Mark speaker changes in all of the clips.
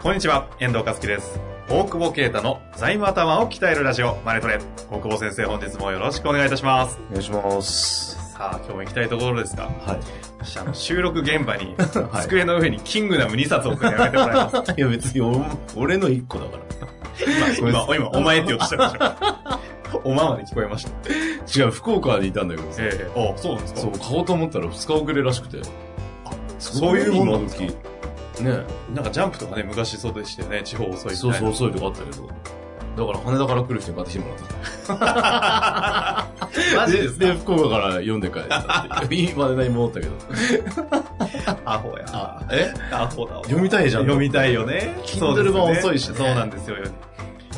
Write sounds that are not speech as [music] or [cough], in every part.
Speaker 1: こんにちは、遠藤和樹です。大久保啓太の財務頭を鍛えるラジオ、マネトレ。大久保先生、本日もよろしくお願いいたします。
Speaker 2: お願いします。
Speaker 1: さあ、今日も行きたいところですが、
Speaker 2: はい。
Speaker 1: 私、あの、収録現場 [laughs] に、
Speaker 2: はい
Speaker 1: 机の上にキングダム2冊置くのやめてもらい [laughs] ます。
Speaker 2: いや [laughs] 別にお俺の一個だから。
Speaker 1: 今、
Speaker 2: ごめんな
Speaker 1: 今、
Speaker 2: さい
Speaker 1: 今、お前って言おうとしたで [laughs] しょ。おままで聞こえました。
Speaker 2: 違う、福岡にいたんだけどさ
Speaker 1: ええあ、そうなんですか
Speaker 2: そう、買おうと思ったら2日遅れらしくて。
Speaker 1: そういうもんなんですか
Speaker 2: 今時ね
Speaker 1: なんかジャンプとかね、昔そうでしたよね、地方遅いみたいな
Speaker 2: そうそう遅いとこあったけど。だから羽田から来る人に買ってきてもらった。
Speaker 1: [laughs] マジです
Speaker 2: で、
Speaker 1: ね。
Speaker 2: 福岡から読んで帰ったって [laughs] いう。今で何戻ったけど。
Speaker 1: アホや。
Speaker 2: え
Speaker 1: アホだわ。
Speaker 2: 読みたいじゃん。
Speaker 1: 読みたいよね。
Speaker 2: Kindle 版遅いしね
Speaker 1: そうなんですよ。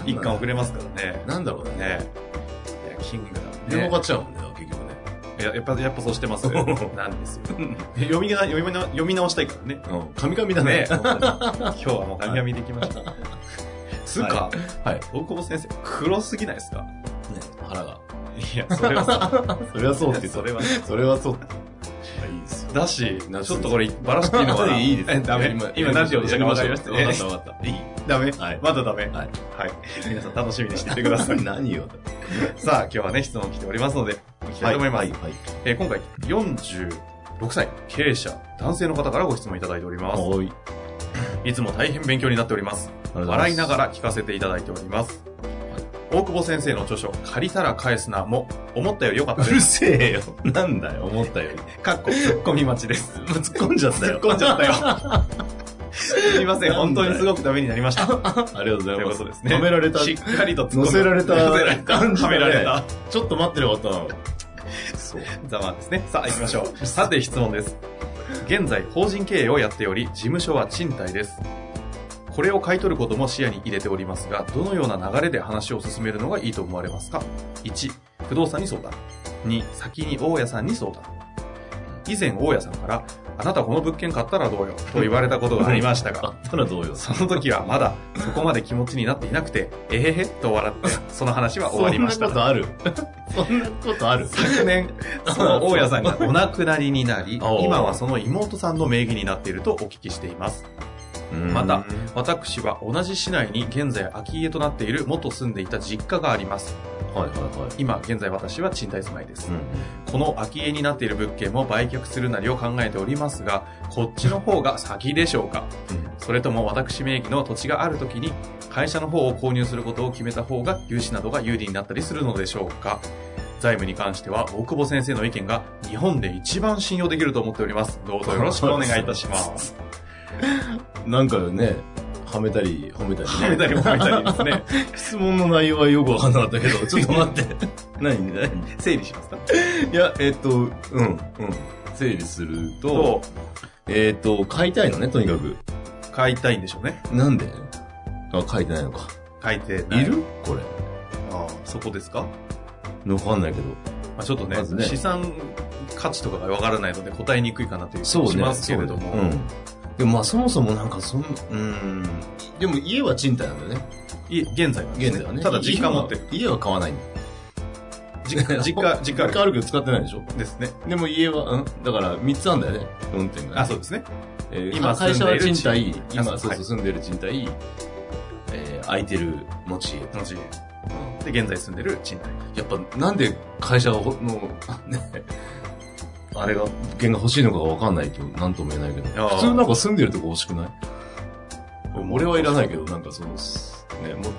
Speaker 1: 一巻遅れますからね。
Speaker 2: なんだろうね。
Speaker 1: ねいや、キングダム
Speaker 2: 両
Speaker 1: ね
Speaker 2: 方買っちゃうもんね、結局ね。
Speaker 1: いややっぱ、やっぱそうしてますよ。なんですよ。 [laughs] 読みな、読みな、読み直したいからね。
Speaker 2: うん。神々だね。
Speaker 1: [laughs] 今日はもう神々できました。 [laughs] つうか、
Speaker 2: はい。
Speaker 1: 大久保先生、黒すぎないですか
Speaker 2: 腹が。
Speaker 1: いや、それはさ、
Speaker 2: それはそうって
Speaker 1: そ
Speaker 2: そ
Speaker 1: れ
Speaker 2: れ
Speaker 1: は
Speaker 2: は
Speaker 1: ね。
Speaker 2: それはそうって。いいですよ。
Speaker 1: だし、
Speaker 2: な
Speaker 1: ちょっとこれ、ばらしていいの [laughs] かな
Speaker 2: いいです
Speaker 1: えダメ。今、何て言おうとしたか分かりました
Speaker 2: わか
Speaker 1: ね
Speaker 2: った。わかっ
Speaker 1: いいダメ
Speaker 2: はい
Speaker 1: まだダメ
Speaker 2: た。はい。。
Speaker 1: はい。 [laughs] 皆さん楽しみにしていてくだ [laughs] さい
Speaker 2: [laughs] 何よ。
Speaker 1: さあ、今日はね、質問来ておりますので、いきたいと思います。
Speaker 2: はい。
Speaker 1: えー今回、46歳、経営者、男性の方からご質問いただいております。
Speaker 2: はい。
Speaker 1: いつも大変勉強になっております。笑いながら聞かせていただいております。大久保先生の著書、借りたら返すなも、思ったより良かった
Speaker 2: う
Speaker 1: で
Speaker 2: る
Speaker 1: す。
Speaker 2: せえよ。なんだよ、思ったより。
Speaker 1: かっこ、突っ込み待ちです。
Speaker 2: 突っ込んじゃった
Speaker 1: 突っ
Speaker 2: よ。
Speaker 1: 込んじゃ
Speaker 2: [laughs]
Speaker 1: ったよ。すみません、
Speaker 2: な
Speaker 1: 本
Speaker 2: んだ
Speaker 1: 当
Speaker 2: よ
Speaker 1: にすごくためになりま
Speaker 2: [laughs]
Speaker 1: した。と
Speaker 2: ありがとうござ
Speaker 1: い
Speaker 2: いうま
Speaker 1: こ
Speaker 2: す。
Speaker 1: とですね。
Speaker 2: 止められた。
Speaker 1: しっかりと突っ込ん
Speaker 2: 乗せられた
Speaker 1: 乗せられた。
Speaker 2: 感じ
Speaker 1: は
Speaker 2: だね
Speaker 1: められた。
Speaker 2: ちょっと待ってなかったな。そう。
Speaker 1: ざまですね。さあ、行きましょう。さて、質問です。現在、法人経営をやっており、事務所は賃貸です。これを買い取ることも視野に入れておりますが、どのような流れで話を進めるのがいいと思われますか ?1、不動産に相談。2、先に大家さんに相談。以前、大家さんから、あなたこの物件買ったらどうよと言われたことがありました [laughs]
Speaker 2: あ
Speaker 1: が、
Speaker 2: ったらどうよ。
Speaker 1: その時はまだそこまで気持ちになっていなくて、えへへと笑って、その話は終わりました
Speaker 2: そん。なことあるそんなことある
Speaker 1: 昨年、その大家さんがお亡くなりになり
Speaker 2: お、う
Speaker 1: 今はその妹さんの名義になっているとお聞きしています。また、私は同じ市内に現在空き家となっている元住んでいた実家があります。
Speaker 2: はいはいはい。
Speaker 1: 今、現在私は賃貸住まいです。この空き家になっている物件も売却するなりを考えておりますが、こっちの方が先でしょうかそれとも私名義の土地がある時に会社の方を購入することを決めた方が融資などが有利になったりするのでしょうか財務に関しては大久保先生の意見が日本で一番信用できると思っております。どうぞよろしくお願いいたし
Speaker 2: [laughs]
Speaker 1: ます。
Speaker 2: なんかね、はめたり、褒めたりね。
Speaker 1: 褒めたり褒めたりですね。
Speaker 2: 質問の内容はよくわかんなかったけど、ちょっと待って。何何
Speaker 1: [laughs] 整理しますか
Speaker 2: いや、えっ、と、うん、うん。整理すると、
Speaker 1: と、
Speaker 2: えっ、と、買いたいのね、とにかく。
Speaker 1: 買いたいんでしょうね。
Speaker 2: なんであ、書いてないのか。
Speaker 1: 買いてない
Speaker 2: いるこれ。
Speaker 1: ああそこですか、ま
Speaker 2: わかんないけど。
Speaker 1: あ、ちょっとね
Speaker 2: まずね
Speaker 1: 資産価値とかがわからないので答えにくいかなという気もしますけれども。
Speaker 2: そうねうん。でもまあそもそもなんかそん、うん。でも家は賃貸なんだよね。
Speaker 1: い現在はですね
Speaker 2: 現在はね。
Speaker 1: ただ実家持って [laughs] る。
Speaker 2: 家は。家は買わないんだよ。
Speaker 1: 実家、実家、実家あ
Speaker 2: 実
Speaker 1: る
Speaker 2: 家あるけど使ってないでしょ。
Speaker 1: ですね。
Speaker 2: でも家は、うん。だから3つあんだよね。4点が。
Speaker 1: あ、そうですね。
Speaker 2: えー
Speaker 1: 今
Speaker 2: 会社は賃貸、
Speaker 1: 住んでいる地
Speaker 2: 今、
Speaker 1: あ
Speaker 2: そ
Speaker 1: そ
Speaker 2: う
Speaker 1: う
Speaker 2: そう
Speaker 1: はい
Speaker 2: 住んでる賃貸、えー空いてる持ち家と。
Speaker 1: のちで、現在住んでる賃貸。
Speaker 2: やっぱなんで会社がほ、の、 [laughs] ね、あれが、物件が欲しいのかがわかんないとなんとも言えないけど
Speaker 1: あー、
Speaker 2: 普通なんか住んでるとこ欲しくない俺はいらないけど、なんかその、すね、もう、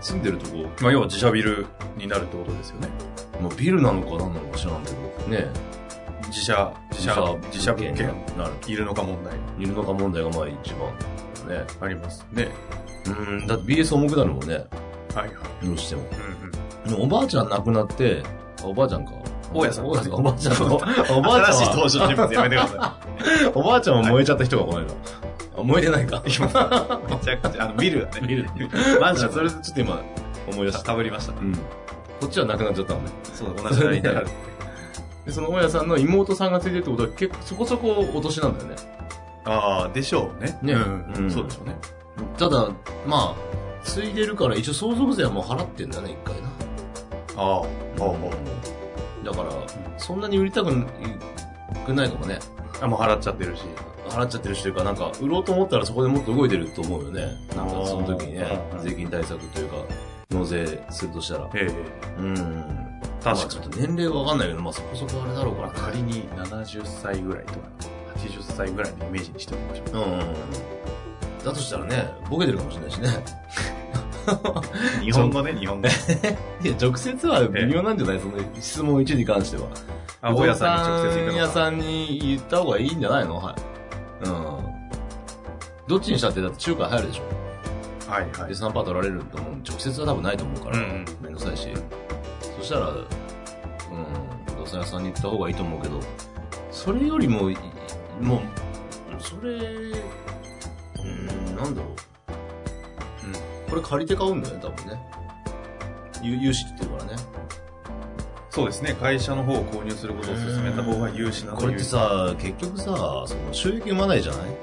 Speaker 2: 住んでるとこ、
Speaker 1: まあ、要は自社ビルになるってことですよね。
Speaker 2: まあ、ビルなのか何なのか知らんけど、ね、
Speaker 1: 自社、自社、自社物件、
Speaker 2: になる。
Speaker 1: いるのか問題
Speaker 2: いるのか問題がまあ一番だよね。
Speaker 1: ありますね。
Speaker 2: うん、だって BS 重くなるもんね、
Speaker 1: はいはい。
Speaker 2: どうしても。
Speaker 1: うんうん。
Speaker 2: でもおばあちゃん亡くなって、あおばあちゃんか。
Speaker 1: 大家さん。
Speaker 2: 大家さん、おばあちゃんの。 [laughs] おばあ
Speaker 1: 新し
Speaker 2: ち
Speaker 1: い
Speaker 2: ゃんは、
Speaker 1: 登場人物やめてくださ
Speaker 2: おばあちゃんは燃えちゃった人がこの間。あ燃えてないか。
Speaker 1: い。今、めちゃくちゃ、あの、ビルだね。
Speaker 2: ビ [laughs] ル。
Speaker 1: マ
Speaker 2: あ
Speaker 1: ンション
Speaker 2: それちょっと今、思い出した。
Speaker 1: かぶりました。
Speaker 2: うん。こっちはなくなっちゃったのね。
Speaker 1: そうだ、同じなりにな
Speaker 2: [laughs]
Speaker 1: る。
Speaker 2: で、その大家さんの妹さんがついてるってことは、結構そこそこお年なんだよね。
Speaker 1: ああ、でしょうね。
Speaker 2: ね
Speaker 1: うん
Speaker 2: うん
Speaker 1: そうでしょうね。
Speaker 2: ただ、まあ、ついでるから一応相続税はもう払ってんだね、一回な。
Speaker 1: ああ、あ
Speaker 2: だから、そんなに売りたくないかもね。
Speaker 1: あ、あもう払っちゃってるし。
Speaker 2: 払っちゃってるしというか、なんか、売ろうと思ったらそこでもっと動いてると思うよね。なん
Speaker 1: あ
Speaker 2: か、
Speaker 1: ー
Speaker 2: その時にね
Speaker 1: う、ん
Speaker 2: 税金対策というか、納税するとしたら。
Speaker 1: ええ
Speaker 2: うん。まあ
Speaker 1: 確
Speaker 2: ちょ
Speaker 1: か
Speaker 2: っと年齢がわかんないけど、まあそこそこあれだろう
Speaker 1: まあ、
Speaker 2: からね。
Speaker 1: 仮に70歳ぐらいとか、80歳ぐらいのイメージにしておきましょう。
Speaker 2: うんうん。だとしたらね、ボケてるかもしれないしね。
Speaker 1: 日本語ね、日本語。
Speaker 2: [laughs] いや、直接は微妙なんじゃ [laughs] ないその質問1に関しては。
Speaker 1: あ、大家さんに直接行
Speaker 2: うど
Speaker 1: く
Speaker 2: ん
Speaker 1: の
Speaker 2: 屋
Speaker 1: か。
Speaker 2: さんに言った方がいいんじゃないのはい。うん。どっちにしたって、だって中華入るでしょ。
Speaker 1: はいは
Speaker 2: で、
Speaker 1: い。
Speaker 2: 3パー取られると思う。直接は多分ないと思うから、
Speaker 1: うんうん
Speaker 2: めんどくさいし。そしたら、うん、不動産屋さんに行った方がいいと思うけど、それよりも、いもう、それ、うん、なんだろう。うん、これ借りて買うんだよね、多分ね。ゆ融資って言うからね。
Speaker 1: そうですね、会社の方を購入することを勧めた方が融資など
Speaker 2: これってさ、結局さ、その収益生まないじゃない
Speaker 1: はい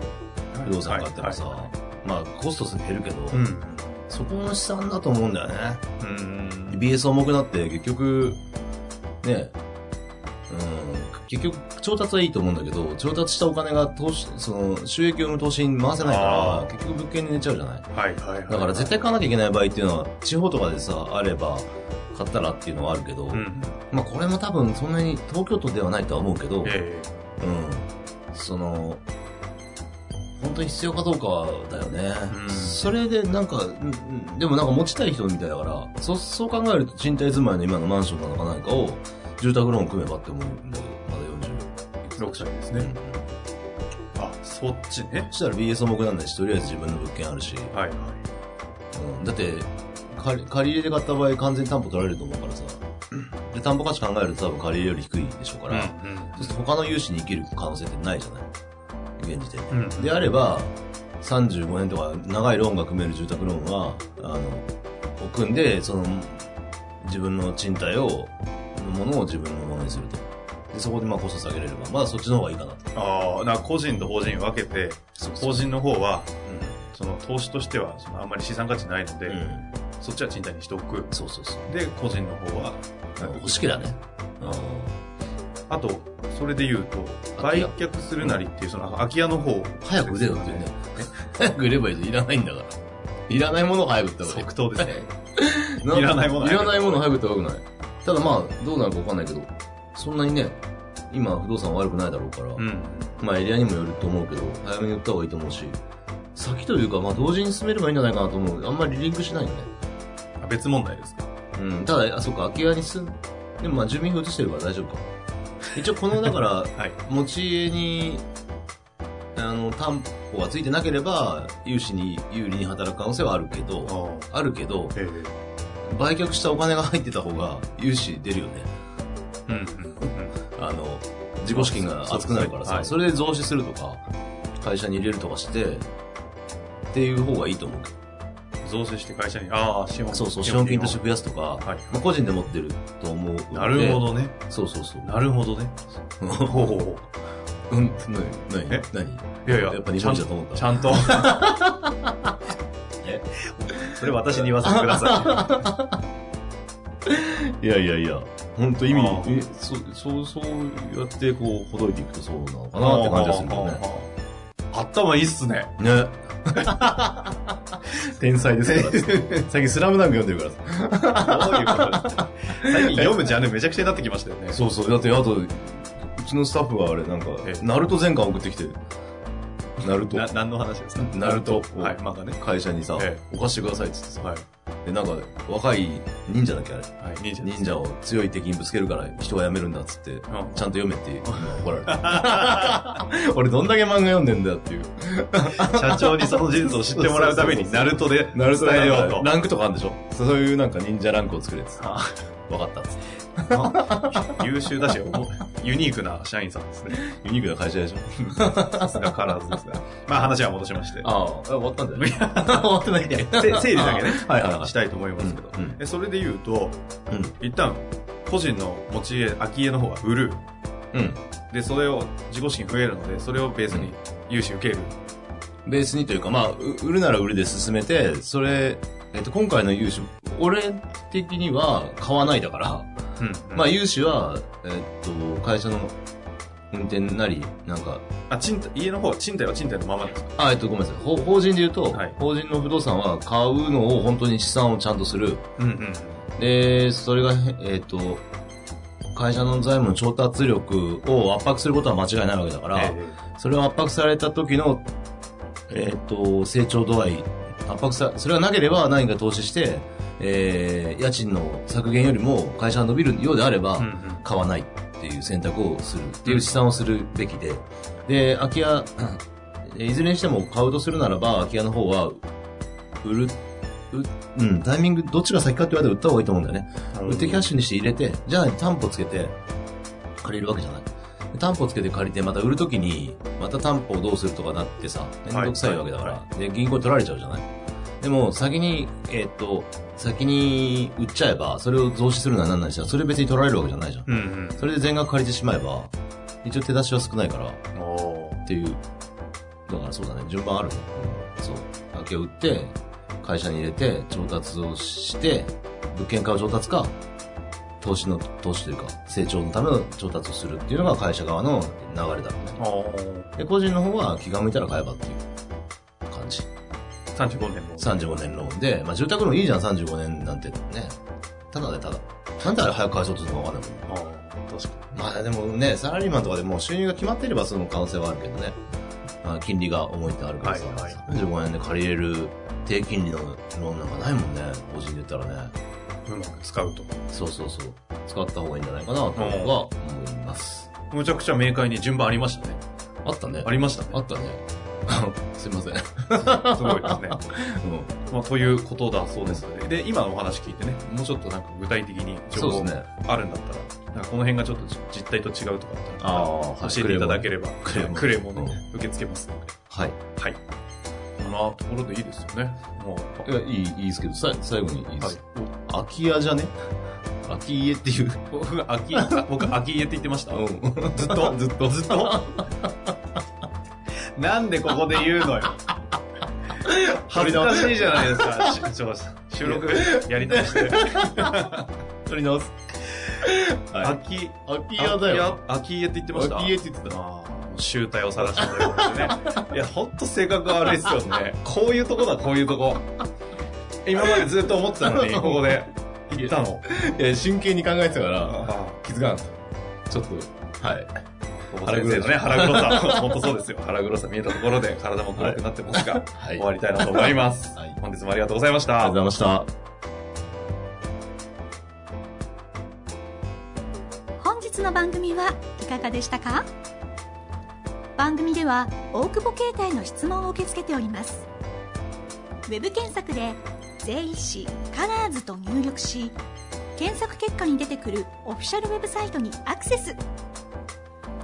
Speaker 2: 不動産買ってもさ、
Speaker 1: はいはい
Speaker 2: まあコスト減るけど、
Speaker 1: うん。
Speaker 2: そこの資産だと思うんだよね。
Speaker 1: うん。
Speaker 2: BS 重くなって結局、ね、うん、結局調達はいいと思うんだけど、調達したお金が投資、その収益を生む投資に回せないか
Speaker 1: あ
Speaker 2: ら、結局物件に寝ちゃうじゃない
Speaker 1: はいはいはい。
Speaker 2: だから絶対買わなきゃいけない場合っていうのは、地方とかでさ、あれば、買ったらっていうのはあるけど、
Speaker 1: うん。
Speaker 2: まあこれも多分そんなに東京都ではないとは思うけど、
Speaker 1: え
Speaker 2: うん。その、本当に必要かどうかだよね。
Speaker 1: うん
Speaker 2: それでなんか、うんうんでもなんか持ちたい人みたいだから、そそう考えると賃貸住まいの今のマンションなのか何かを住宅ローン組めばって思うんだけど、まだ
Speaker 1: え
Speaker 2: 40。
Speaker 1: 6歳です
Speaker 2: う
Speaker 1: ね。
Speaker 2: ん。
Speaker 1: あ、そっちね。
Speaker 2: そしたら BS 重くなんないし、とりあえず自分の物件あるし、
Speaker 1: はいはい。
Speaker 2: うん、だって、借り借り入れで買った場合完全に担保取られると思うからさ。で、担保価値考えると多分借り入れより低いでしょうから、そうすると他の融資に生きる可能性ってないじゃない現時点で。
Speaker 1: うん。うん。
Speaker 2: であれば、35年とか長いローンが組める住宅ローンは、あの、を組んで、その、自分の賃貸を、のものを自分のものにすると。で、そこでまあコスト下げれれば、まだそっちの方がいいかなと。
Speaker 1: ああ、だから個人と法人分けて、法人の方は、その投資としてはそのあんまり資産価値ないので、
Speaker 2: うん。うん。
Speaker 1: そっちは賃貸にしておく。
Speaker 2: そうそうそう。
Speaker 1: で、個人の方は、
Speaker 2: 欲しけりゃね。うん。
Speaker 1: あと、それで言うと、
Speaker 2: 空
Speaker 1: 売
Speaker 2: き家
Speaker 1: 却するなりっていう、その空き家の方。
Speaker 2: 早く売れよっていうね。早く売ればいいじゃん。いらないんだから。いらないものを早く売った方がいい
Speaker 1: 即答ですね。
Speaker 2: んか
Speaker 1: いらないもの
Speaker 2: いらないもの早くって悪くない。ただまあ、どうなるかわかんないけど、そんなにね、今不動産は悪くないだろうか
Speaker 1: [laughs]
Speaker 2: ら、
Speaker 1: うん。
Speaker 2: まあエリアにもよると思うけど、早めに売った方がいいと思うし、先というか、まあ同時に進めればいいんじゃないかなと思う。あんまりリンクしないよね。
Speaker 1: あ別問題ですか。
Speaker 2: うん。ただ、あ、そっか、空き家に住ん、でもまあ住民票移してるから大丈夫か。一応この、だ [laughs] から、
Speaker 1: はい。
Speaker 2: 持ち家に、あの、担保がついてなければ、融資に有利に働く可能性はあるけど、
Speaker 1: あ
Speaker 2: あるけど、
Speaker 1: ええ
Speaker 2: 売却したお金が入ってた方が、融資出るよね。
Speaker 1: うんうん。
Speaker 2: あの、自己資金が厚くなるからさ、
Speaker 1: はい
Speaker 2: それで増資するとか、会社に入れるとかして、っていう方がいいと思うけ
Speaker 1: 増税して会社に、ああ、資
Speaker 2: ど。
Speaker 1: 本
Speaker 2: そうそう、資本金として
Speaker 1: て。
Speaker 2: 増やすとか、
Speaker 1: はい。
Speaker 2: まあ、個人で持ってると思うので。
Speaker 1: なるほ。どね。
Speaker 2: そうそうそう。
Speaker 1: なるほどね。ほうほうほ
Speaker 2: うん、なに、な
Speaker 1: え
Speaker 2: に、なに
Speaker 1: う。いやいや、
Speaker 2: やっぱ日
Speaker 1: ちゃ
Speaker 2: 本
Speaker 1: ん
Speaker 2: 人
Speaker 1: と
Speaker 2: だと思った。
Speaker 1: ちゃんと。 [laughs]
Speaker 2: え
Speaker 1: それ私に言わせてく [laughs] ださ
Speaker 2: いやいやいや、本当意味
Speaker 1: あ、ー
Speaker 2: えそう、そう、そうやってこう、ほどいていくとそうなの
Speaker 1: い。
Speaker 2: かなって感じがするんだよ
Speaker 1: ああ頭いいっすね。
Speaker 2: ね。ね。 [laughs] 天才です [laughs] から。最近スラムダンク読んでるからさ。
Speaker 1: ど [laughs] ういうことですか最近読むジャンルめちゃくちゃになってきましたよね。
Speaker 2: そうそう。だって、あと、うちのスタッフがあれ、なんか
Speaker 1: え、
Speaker 2: ナルト全巻送ってきてる。ナルト。
Speaker 1: な、何の話ですか
Speaker 2: ナルト。
Speaker 1: はい、漫画ね。
Speaker 2: 会社にさ
Speaker 1: え、
Speaker 2: お貸してくださいって言ってさ。
Speaker 1: はい。
Speaker 2: で、なんか、若い忍者だっけあれ。
Speaker 1: はい、忍者です。
Speaker 2: 忍者を強い敵にぶつけるから人が辞めるんだっつって、
Speaker 1: うん
Speaker 2: ちゃんと読めって怒ら
Speaker 1: [laughs]
Speaker 2: れる。俺どんだけ漫画読んでんだよっていう。
Speaker 1: 社長にその事実を知ってもらうために、ナルト
Speaker 2: [laughs]
Speaker 1: で伝
Speaker 2: 伝え
Speaker 1: えよ
Speaker 2: よ
Speaker 1: う
Speaker 2: う
Speaker 1: と
Speaker 2: と。。ランクとかあるんでしょそうそういうなんか忍者ランクを作れてさ、わかったっつって。
Speaker 1: な優秀だし、おもユニークな社員さんですね。
Speaker 2: ユニークな会社でしょ。
Speaker 1: さすがカラーズですが。まあ話は戻しまして。
Speaker 2: ああ、終わった
Speaker 1: [laughs]
Speaker 2: んじゃない終わってないっけ、
Speaker 1: せ整理だけね
Speaker 2: はいはいはい
Speaker 1: したいと思いますけど。
Speaker 2: うん
Speaker 1: えそれで言うと、
Speaker 2: うん
Speaker 1: 一旦、個人の持ち家、空き家の方は売る。
Speaker 2: うん。
Speaker 1: で、それを、自己資金増えるので、それをベースに融資受ける。
Speaker 2: ベースにというか、まあ、う売るなら売るで進めて、それ、えっと、今回の融資、俺的には買わないだから、
Speaker 1: うん
Speaker 2: ま
Speaker 1: ま
Speaker 2: あ、融資は、えっと、会社の運転なり、なんか、
Speaker 1: あ、賃貸、家の方は、賃貸は賃貸のままですか
Speaker 2: あ、えっと、ごめんなさい。法法人で言うと、
Speaker 1: はい
Speaker 2: 法人の不動産は買うのを本当に資産をちゃんとする。
Speaker 1: うんうん。
Speaker 2: で、それが、えっと、会社の財務の調達力を圧迫することは間違いないわけだから、
Speaker 1: え
Speaker 2: それを圧迫された時の、えーっと成長度合い圧迫さそれがなければ何か投資して、えー家賃の削減よりも会社が伸びるようであれば、
Speaker 1: えうんうん
Speaker 2: 買わないっていう選択をするっていう試算をするべきでで空き家いずれにしても買うとするならば空き家の方は売るううん、タイミング、どっちが先かって言われたら売った方がいいと思うんだよね。売ってキャッシュにして入れて、じゃあ担保つけて借りるわけじゃない。で担保つけて借りて、また売るときに、また担保をどうするとかなってさ、めんどくさいわけだから、
Speaker 1: は
Speaker 2: で、銀行に取られちゃうじゃない。でも、先に、えーっと、先に売っちゃえば、それを増資するならなんないしさ、それ別に取られるわけじゃないじゃん。
Speaker 1: うんうん。
Speaker 2: それで全額借りてしまえば、一応手出しは少ないから、
Speaker 1: おー
Speaker 2: っていう。だからそうだね、順番あるね。そう。空き家売って、会社に入れて、調達をして、物件買う調達か、投資の、投資というか、成長のための調達をするっていうのが会社側の流れだろうね。
Speaker 1: おー
Speaker 2: で、個人の方は気が向いたら買えばっていう感じ。
Speaker 1: 35年の。
Speaker 2: 35年ローンで、まあ住宅ローンいいじゃん、35年なんてね。ただでただ。なんであれ早く返そうとするのかわかんないもん。
Speaker 1: あー確か
Speaker 2: まあでもね、サラリーマンとかでもう収入が決まってればその可能性はあるけどね。まあ、金利が重いってあるからさ、
Speaker 1: はいはい
Speaker 2: 35円で借りれる低金利のローンなんかないもんね、個人で言ったらね。
Speaker 1: に。うまく使うと。
Speaker 2: そうそうそう。使った方がいいんじゃないかなとは思います。
Speaker 1: むちゃくちゃ明快に順番ありましたね。
Speaker 2: あったね。
Speaker 1: ありました
Speaker 2: あ
Speaker 1: ね。
Speaker 2: ったね。 [laughs] すいません。
Speaker 1: すごいですね。 [laughs]
Speaker 2: うん、
Speaker 1: まあ、ということだそうですので。で、今のお話聞いてね、もうちょっとなんか具体的に情
Speaker 2: そう
Speaker 1: 報
Speaker 2: ですね。
Speaker 1: あるんだったら、なんかこの辺がちょっと実態と違うとかあったら、
Speaker 2: は
Speaker 1: 教えていただければ、
Speaker 2: クレーム
Speaker 1: クレームをね
Speaker 2: う
Speaker 1: 受け付けますので。
Speaker 2: はい。
Speaker 1: はい。こんなところでいいですよね。もう、
Speaker 2: いや、いい、いいですけど、さ最後にいいで
Speaker 1: はい
Speaker 2: す。空き家じゃね空き家っ
Speaker 1: [laughs]
Speaker 2: ていう。
Speaker 1: お僕、空き、あ僕、空き家って言ってました。
Speaker 2: ん。
Speaker 1: ずっと、ずっ
Speaker 2: [laughs]
Speaker 1: と、ずっと。なんでここで言う [laughs] のよ。恥ずかしいじゃないですか。しちょっと収録やり直して。
Speaker 2: 取り直す。
Speaker 1: 空
Speaker 2: はい。
Speaker 1: き、
Speaker 2: 空き
Speaker 1: 空
Speaker 2: 家
Speaker 1: き
Speaker 2: だよ。
Speaker 1: 家、空き家って言ってました。
Speaker 2: あ家って言ってた。
Speaker 1: ああ、もう集体を晒したということで [laughs] ね。いや、ほんと性格が悪いですよね。こういうとこだ、こういうとこ。今までずっと思ってたの [laughs] に、ここで言ったの。
Speaker 2: いや、真剣に考えてたから、
Speaker 1: あ
Speaker 2: 気づかなかった。ちょっと、はい。
Speaker 1: あ先生のね、腹黒さ。 [laughs] ほんとそうですよ。腹黒さ見えたところで体も黒くなってますが、
Speaker 2: は
Speaker 1: 終
Speaker 2: い。あ
Speaker 1: わ
Speaker 2: り
Speaker 1: りたいなと思います
Speaker 2: はい。
Speaker 1: 本日もありがとうございまし
Speaker 2: がとう
Speaker 1: た
Speaker 2: ご。ざいました。
Speaker 3: 本日の番組はいかがでしたか番組では大久保携帯の質問を受け付けておりますウェブ検索で「税理士カラーズと入力し検索結果に出てくるオフィシャルウェブサイトにアクセス